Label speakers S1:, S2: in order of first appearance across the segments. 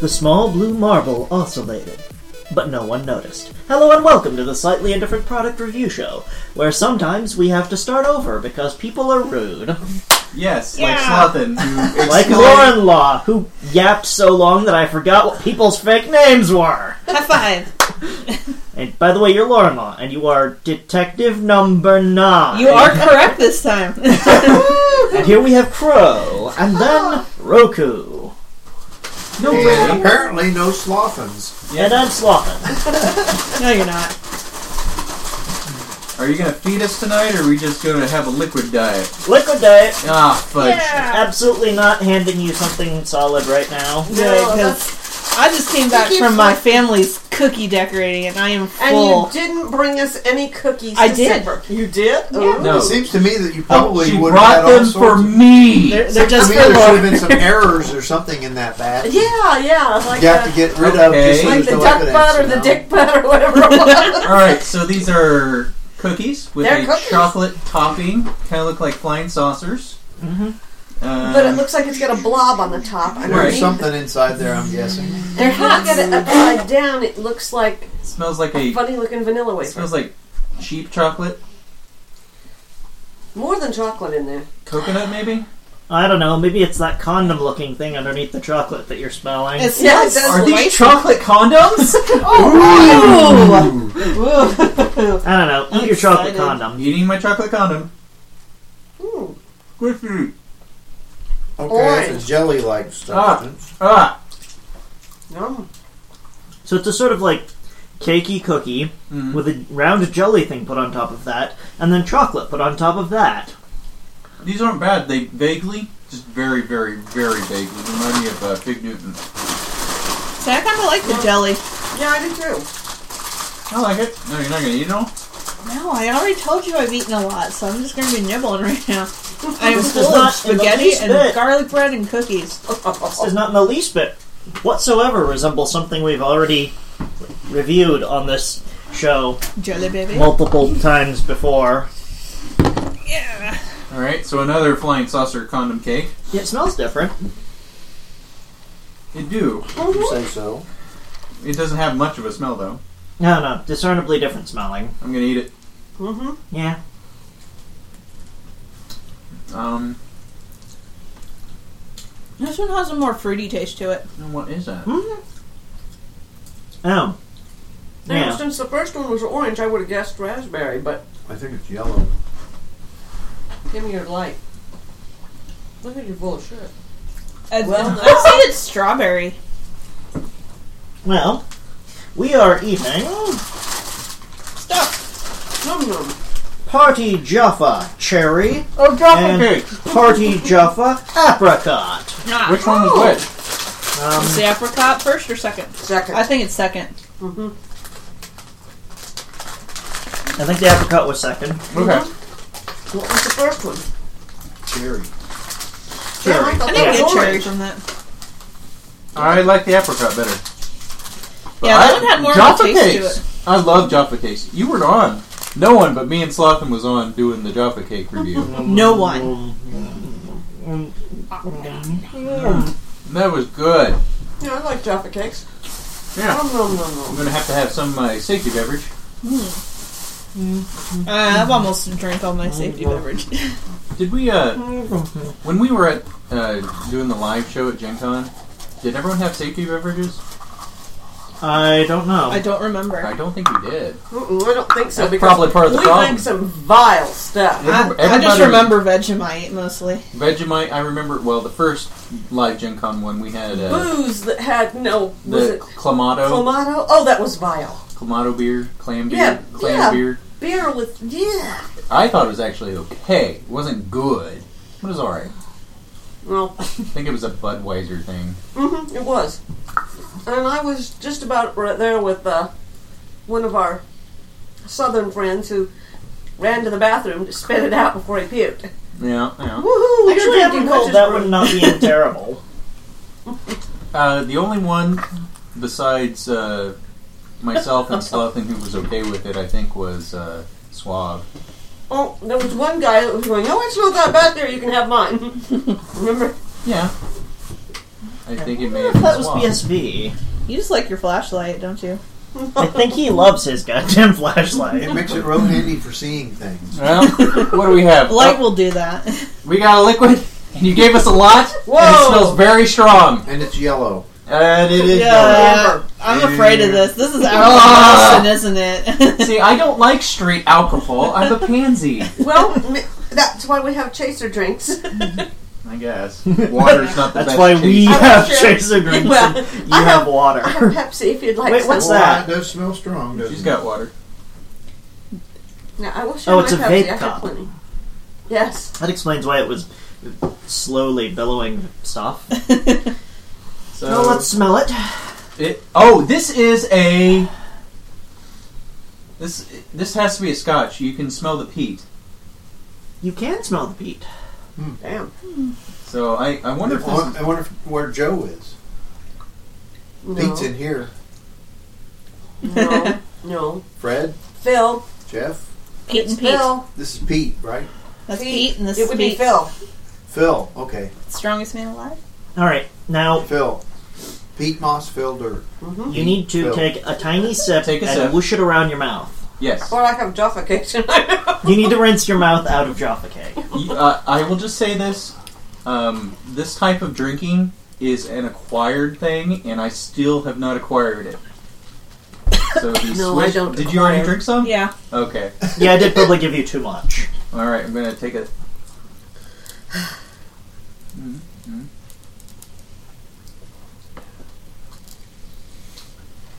S1: The small blue marble oscillated, but no one noticed. Hello and welcome to the Slightly Indifferent Product Review Show, where sometimes we have to start over because people are rude.
S2: Yes, like
S1: Yeah.
S2: Slothin, who
S1: Like
S2: explained,
S1: Lauren Law, who yapped so long that I forgot what people's fake names were.
S3: High five.
S1: And by the way, you're Lauren Law, and you are detective number nine.
S3: You are correct this time.
S1: And here we have Crow, and then Roku,
S2: no
S4: And
S2: way.
S4: apparently no slothins.
S1: and I'm Sloppin.
S3: no, you're not.
S2: Are you gonna feed us tonight, or are we just gonna have a liquid diet?
S1: Liquid Diet,
S2: Ah, fudge.
S1: absolutely not handing you something solid right now.
S3: Good, 'cause I just came back
S5: You keep
S3: from my
S5: like-
S3: family's cookie decorating, and I am
S5: And
S3: full.
S5: you didn't bring us any cookies.
S3: I
S5: to
S3: did.
S5: Supper. You did? Oh. Ooh.
S2: No.
S4: It seems to me that you
S2: Oh,
S4: probably
S2: she
S4: would have had
S2: brought
S4: all
S2: them
S4: sorts
S2: for
S4: of-
S2: me.
S3: they're, they're
S4: I
S3: just
S4: mean,
S3: for
S4: there should have
S3: Lauren.
S4: been some errors or something in that batch.
S5: Yeah, yeah. Like,
S4: You have
S5: the,
S4: to get rid of just
S2: Okay.
S4: so
S5: like
S4: there's
S5: the
S4: no
S5: duck
S4: evidence,
S5: butt or
S4: you
S5: the
S4: know?
S5: dick butt or whatever it was.
S2: All right, so these are cookies with
S5: They're
S2: a
S5: cookies.
S2: chocolate topping. Kind of look like flying saucers. Mm-hmm. Um,
S5: but it looks like it's got a blob on the top. I
S4: There's
S2: Right.
S5: mean,
S4: something inside there, I'm guessing.
S5: they're hot. Got it upside down. It looks like
S2: smells like a
S5: funny looking vanilla
S2: it
S5: wafer.
S2: smells like cheap chocolate,
S5: More than chocolate in there.
S2: coconut maybe.
S1: I don't know, maybe it's that condom looking thing underneath the chocolate that you're smelling.
S3: It
S5: Yeah, it
S3: smells
S5: does
S2: Are these
S3: right-
S2: chocolate condoms?
S3: Ooh. Ooh.
S1: I don't know, eat
S3: I'm
S1: your chocolate
S3: excited.
S2: I'm
S1: condom.
S2: eating my chocolate condom.
S5: Ooh.
S2: With you.
S4: Okay, it's a jelly-like substance.
S2: Ah.
S5: Yum.
S1: So it's a sort of like cakey cookie
S2: Mm.
S1: with a round jelly thing put on top of that, and then chocolate put on top of that.
S2: These aren't bad. They vaguely, just very, very, very vaguely remind me of uh, Big Newton.
S3: See, I kind of like the jelly.
S5: Yeah, I do too.
S2: I like it. No, you're not gonna eat it all.
S3: No, I already told you I've eaten a lot, so I'm just gonna be nibbling right now. I am
S1: This does
S3: full of
S1: not in the
S3: spaghetti
S1: least
S3: and
S1: bit.
S3: garlic bread and cookies.
S1: This does not in the least bit whatsoever resemble something we've already reviewed on this show
S3: Jelly baby.
S1: multiple times before.
S3: yeah.
S2: All right. So another flying saucer condom cake.
S1: It smells different.
S2: It do.
S4: You say so.
S2: It doesn't have much of a smell though.
S1: No, no, discernibly different smelling.
S2: I'm gonna eat it.
S5: Mm-hmm.
S1: Yeah.
S2: Um.
S3: This one has a more fruity taste to it.
S2: and What is that?
S1: Mm-hmm. Oh.
S5: Yeah.
S1: Yeah.
S5: Since the first one was orange, I would have guessed raspberry, but
S4: I think it's yellow.
S5: give me your light. Look at your bullshit.
S3: It's-
S5: Well,
S3: I'd say it's strawberry.
S1: Well, we are eating
S3: Stuff.
S5: Yum yum.
S1: Party Jaffa Cherry
S2: Oh, chocolate
S1: and
S2: cake.
S1: Party Jaffa Apricot.
S3: Ah.
S2: Which one was which?
S1: Um,
S3: Is the apricot first or second?
S5: Second.
S3: I think it's second.
S1: I think the apricot was second.
S2: Okay.
S5: What was the first one?
S4: Cherry.
S5: Yeah, I, thought
S3: I
S5: that
S3: didn't
S5: was
S3: get cherry
S5: orange.
S3: from that.
S2: I like the apricot better.
S3: Yeah, that one had more of a
S2: Jaffa
S3: taste to
S2: cakes. I love Jaffa cakes. You were on. No one but me and Slothin was on doing the Jaffa cake review.
S3: No one.
S2: that was good.
S5: Yeah, I like Jaffa cakes.
S2: Yeah.
S5: Nom nom nom
S2: I'm
S5: nom.
S2: gonna have to have some of my safety beverage.
S3: Uh, I've almost drank all my safety beverage.
S2: Did we, uh,
S5: Mm-hmm.
S2: when we were at, uh, doing the live show at Gen Con, did everyone have safety beverages?
S1: I don't know.
S3: I don't
S2: I
S3: remember.
S2: don't think we did.
S5: Mm-mm, I don't think so.
S2: That's
S5: because
S2: probably part of the
S5: we
S2: problem.
S5: drank some vile stuff.
S3: I, I just
S2: Everybody-
S3: remember Vegemite mostly.
S2: Vegemite, I remember, well, the first live Gen Con one, we had, uh,
S5: Booze that had no. Was
S2: the
S5: it
S2: Clamato,
S5: Clamato? Oh, that was vile.
S2: Clamato beer, clam beer,
S5: Yeah,
S2: clam
S5: yeah.
S2: beer.
S5: Beer with yeah.
S2: I thought it was actually okay. It wasn't good, but it was alright.
S5: Well,
S2: I think it was a Budweiser thing.
S5: hmm it was. And I was just about right there with uh, one of our southern friends who ran to the bathroom to spit it out before he puked.
S2: Yeah, yeah.
S5: Woohoo!
S1: Actually, I
S5: you're
S1: would
S5: drinking
S1: call
S5: witch's
S1: that
S5: brew.
S1: one not being terrible.
S2: Uh, the only one besides uh, myself and Slothin who was okay with it, I think, was uh, Suave.
S5: Oh, there was one guy that was going, "Oh, it's not that bad there. You can have mine." Remember?
S2: Yeah. I I think it may have
S1: That
S2: been
S1: was
S2: Swamp.
S1: BSV.
S3: You just like your flashlight, don't you?
S1: I think he loves his goddamn flashlight.
S4: It makes it real handy for seeing things.
S2: Well, what do we have?
S3: Light
S2: Oh,
S3: will do that.
S2: we got a liquid, and you gave us a lot, and it
S5: Whoa!
S2: smells very strong.
S4: And it's yellow.
S2: And it is
S3: yeah, I'm afraid of this. This is
S5: Ah.
S3: alcoholism, isn't it?
S2: yellow. See, I don't like straight alcohol. I'm a pansy,
S5: Well, m- that's why we have chaser drinks.
S2: I guess. Water's not the
S1: That's
S2: best
S1: why we
S2: taste.
S1: have
S5: sure.
S1: chaser greens
S5: Well,
S1: and you
S5: I
S1: have
S5: have-
S1: water.
S5: I have Pepsi if you'd like
S1: Wait,
S5: some.
S1: what's
S4: Well,
S1: that?
S4: It does smell strong, doesn't
S2: She's
S4: it?
S2: got water.
S5: No, I will share
S1: Oh,
S5: my
S1: it's a
S5: Pepsi.
S1: vape
S5: I have
S1: cup.
S5: plenty. Yes.
S1: That explains why it was slowly billowing stuff.
S2: So
S1: well, let's smell it.
S2: it, oh, this is a this this has to be a Scotch. You can smell the peat.
S1: You can smell the peat.
S5: Damn.
S2: So I, I
S4: I
S2: wonder
S4: wonder,
S2: if
S4: if,
S2: this is
S4: I wonder if, where Joe is.
S5: No.
S4: Pete's in here.
S5: No. No.
S4: Fred,
S5: Phil.
S4: Jeff.
S3: Pete
S5: it's
S3: and Pete.
S5: Phil.
S4: This is Pete, right?
S3: That's Pete, and this
S5: It
S3: is
S5: would be
S3: Pete.
S5: Phil.
S4: Phil. Okay.
S3: Strongest man alive.
S1: All right, now
S4: Phil. Pete Moss, Phil Dirt.
S1: you need to
S4: Phil.
S1: take a tiny sip
S2: Take a
S1: and
S2: sip.
S1: whoosh it around your mouth.
S2: yes.
S5: Or lack of jollification.
S1: You need to rinse your mouth out of Jaffa cake.
S2: You- uh, I will just say this: um, this type of drinking is an acquired thing, and I still have not acquired it. So the
S5: No, I
S2: Swiss,
S5: don't
S2: Did you already
S5: acquire.
S2: drink some?
S3: Yeah.
S2: Okay.
S1: Yeah, I did probably give you too much.
S2: All right. I'm gonna take a. Mhm.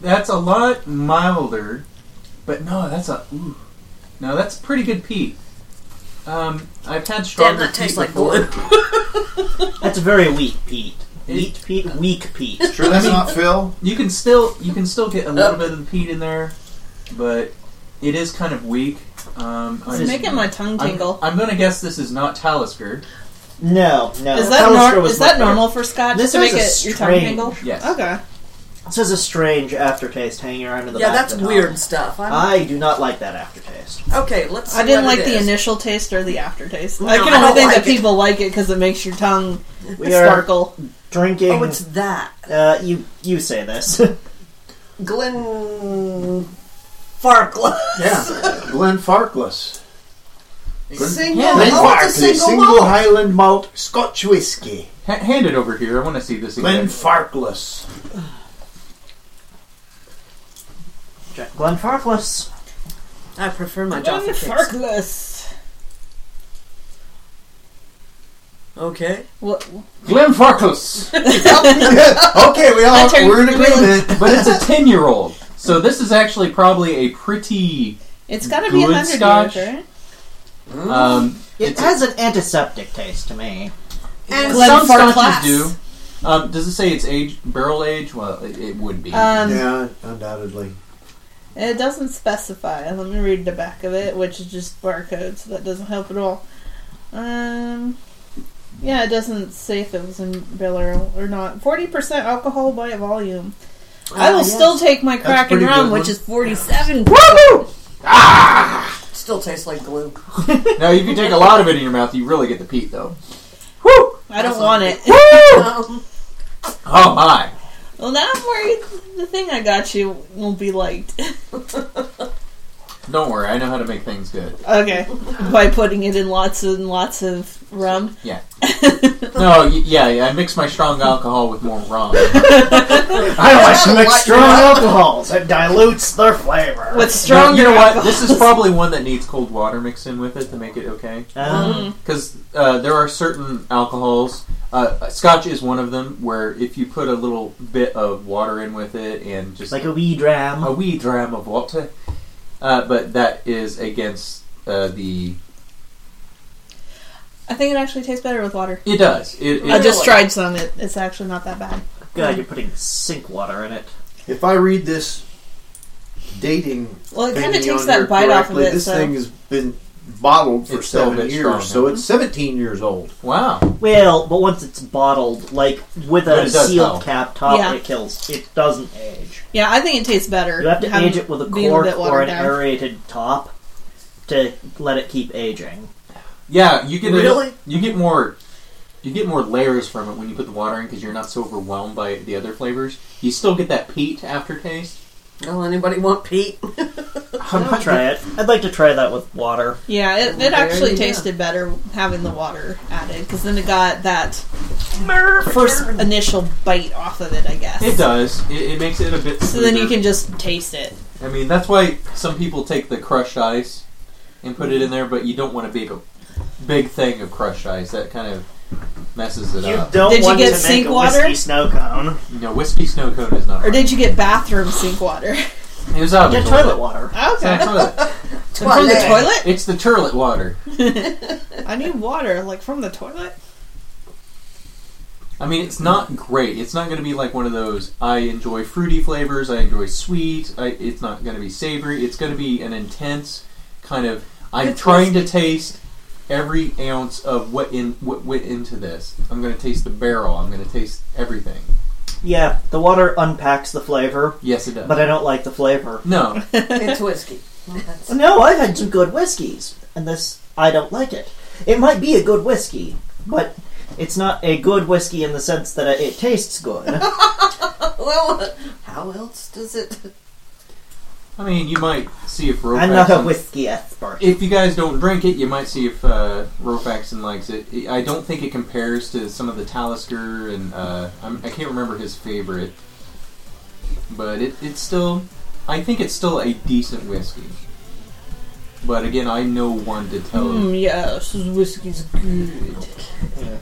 S2: That's a lot milder, but no, that's a. Ooh. No, that's pretty good peat. Um, I've had stronger peat before.
S1: That's very weak peat.
S2: It-
S1: Wheat peat? Weak peat.
S4: Sure that's not Phil?
S2: You can still you can still get a little bit of the peat in there, but it is kind of weak. Um, I
S3: It's
S2: just-
S3: making my tongue
S2: I'm-
S3: tingle.
S2: I'm, gonna guess this is not Talisker.
S1: No, no.
S3: is that
S1: Pallister
S3: nor-
S1: was
S3: is
S1: my
S3: that
S1: favorite.
S3: normal for Scotch
S1: This
S3: to make
S1: is
S3: it
S1: a
S3: your tongue
S1: strange-
S3: tingle?
S2: Yes.
S3: Okay.
S1: This is a strange aftertaste hanging around in the
S5: yeah,
S1: back
S5: that's
S1: of the
S5: weird
S1: tongue.
S5: stuff. I'm,
S1: I do not like that aftertaste.
S5: okay, let's. See
S3: I didn't
S5: what
S3: like
S5: it
S3: the
S5: is.
S3: initial taste or the aftertaste.
S5: No,
S3: I can
S5: I
S3: only
S5: don't
S3: think
S5: like
S3: that
S5: it.
S3: people like it because it makes your tongue
S1: We are
S3: sparkle.
S1: drinking.
S5: Oh, it's that
S1: uh, you you say this.
S5: Glenn Farkla.
S4: Yeah. Glenn Farkless.
S5: Single.
S2: Yeah,
S5: oh,
S2: Glenn
S5: it's a single, malt.
S4: Highland Malt Scotch Whiskey.
S2: Ha- hand it over here. I want to see this again.
S4: Glenn Farkless.
S1: Jack Glenfarclas.
S5: I prefer my Jaffa cakes.
S3: Farkless.
S5: Okay.
S3: What?
S2: Glenn Farkless,
S4: okay, we all
S3: I turned
S4: we're in
S3: really-
S4: agreement.
S2: but it's a ten year old. So this is actually probably a pretty.
S3: It's got to be a
S2: Good
S3: hundred
S2: Scotch.
S3: years, right?
S2: Um,
S1: It
S2: It's
S1: has an antiseptic taste to me.
S5: And
S3: Glenn
S2: some
S3: Farkless.
S2: scotches do. Um, does it say it's age barrel age? Well, it, it would be.
S3: Um,
S4: yeah, undoubtedly.
S3: It doesn't specify. Let me read the back of it, which is just barcode, so that doesn't help at all. Um, yeah, it doesn't say if it was in Biller or not. Forty percent alcohol by volume. I will
S5: yes.
S3: still take my crack and
S4: Ah, pretty
S3: rum,
S4: good
S3: which
S4: one.
S3: is forty-seven.
S5: still tastes like glue.
S2: now, if you take a lot of it in your mouth, you really get the peat, though.
S3: I
S5: That's
S3: don't want
S5: all.
S3: it.
S5: Um,
S2: Oh my!
S3: well, now I'm worried the thing I got you won't be liked.
S2: Don't worry, I know how to make things good.
S3: okay, by putting it in lots and lots of rum.
S2: Yeah. No, y- yeah, yeah, I mix my strong alcohol with more rum.
S1: I like to mix
S5: Lighten
S1: strong
S5: it up.
S1: alcohols. It dilutes their flavor.
S3: With
S2: No,
S3: stronger.
S2: you know what?
S3: alcohol.
S2: This is probably one that needs cold water mixed in with it to make it okay.
S1: Um,
S2: Because uh, there are certain alcohols. Uh, scotch is one of them where if you put a little bit of water in with it and just
S1: like a wee dram. Oh,
S2: a wee dram of water, uh, but that is against uh, the.
S3: I think it actually tastes better with water.
S2: It does. It, it,
S3: I just tried some. It, it's actually not that bad.
S1: God, you're putting sink water in it.
S4: If I read this dating
S3: Well, it
S4: thingy
S3: kind of takes
S4: on here
S3: that bite off of
S4: correctly,
S3: it.
S4: this
S3: so
S4: thing has been bottled for
S2: It's still a
S4: seven
S2: bit
S4: years,
S2: strong,
S4: so
S2: huh?
S4: it's seventeen years old.
S2: Wow.
S1: Well, but once it's bottled, like with
S2: But
S1: a
S2: it does
S1: sealed
S2: help.
S1: cap top,
S3: Yeah.
S1: it kills. It doesn't age.
S3: yeah, I think it tastes better.
S1: You have to
S3: having-
S1: age it with a
S3: being
S1: cork
S3: bit watered
S1: or an
S3: down.
S1: aerated top to let it keep aging.
S2: Yeah, you get a-
S5: Really?
S2: you get more. You get more layers from it when you put the water in because you're not so overwhelmed by the other flavors. You still get that peat aftertaste.
S5: Will anybody want Pete?
S1: I'm not try it. I'd like to try that with water.
S3: Yeah, it,
S5: There
S3: it actually
S5: you go.
S3: tasted better having the water added because then it got that
S1: First,
S3: initial bite off of it, I guess.
S2: It does. It, it makes it a bit.
S3: So then you
S2: smoother.
S3: can just taste it.
S2: I mean, that's why some people take the crushed ice and put it in there, but you don't want a big, big thing of crushed ice. That kind of messes it
S6: You
S2: up.
S6: don't
S3: Did you
S6: want
S3: get
S6: to
S3: sink
S6: make
S3: water?
S6: a whiskey snow cone.
S2: No, whiskey snow cone is not.
S3: Or
S2: right.
S3: did you get bathroom sink water? okay.
S2: It was out of
S1: get
S2: the
S1: toilet water.
S2: It's not toilet.
S3: From the toilet?
S2: It's the toilet water.
S3: I need water, like from the toilet.
S2: I mean, it's not great. It's not going to be like one of those. I enjoy fruity flavors. I enjoy sweet. I, it's not going to be savory. It's going to be an intense kind of. I'm
S5: Good
S2: trying to taste every ounce of what in what went into this. I'm going to taste the barrel. I'm going to taste everything.
S1: Yeah, the water unpacks the flavor,
S2: Yes, it does.
S1: but I don't like the flavor.
S2: no,
S5: it's whiskey. That's-
S1: No, I've had some good whiskeys, and this I don't like it. It might be a good whiskey, but it's not a good whiskey in the sense that it tastes good.
S5: well, how else does it?
S2: I mean you might see if Rofax.
S1: I'm not a
S2: and-
S1: whiskey expert.
S2: If you guys don't drink it, you might see if uh, Rofaxon likes it. I don't think it compares to some of the Talisker and uh, I'm, I can't remember his favorite, but it, it's still. I think it's still a decent whiskey. But again, I know one to tell.
S3: Mm, yes, this whiskey's good.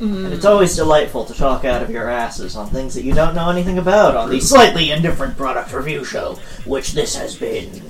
S1: And it's always delightful to talk out of your asses on things that you don't know anything about on the slightly indifferent product review show, which this has been.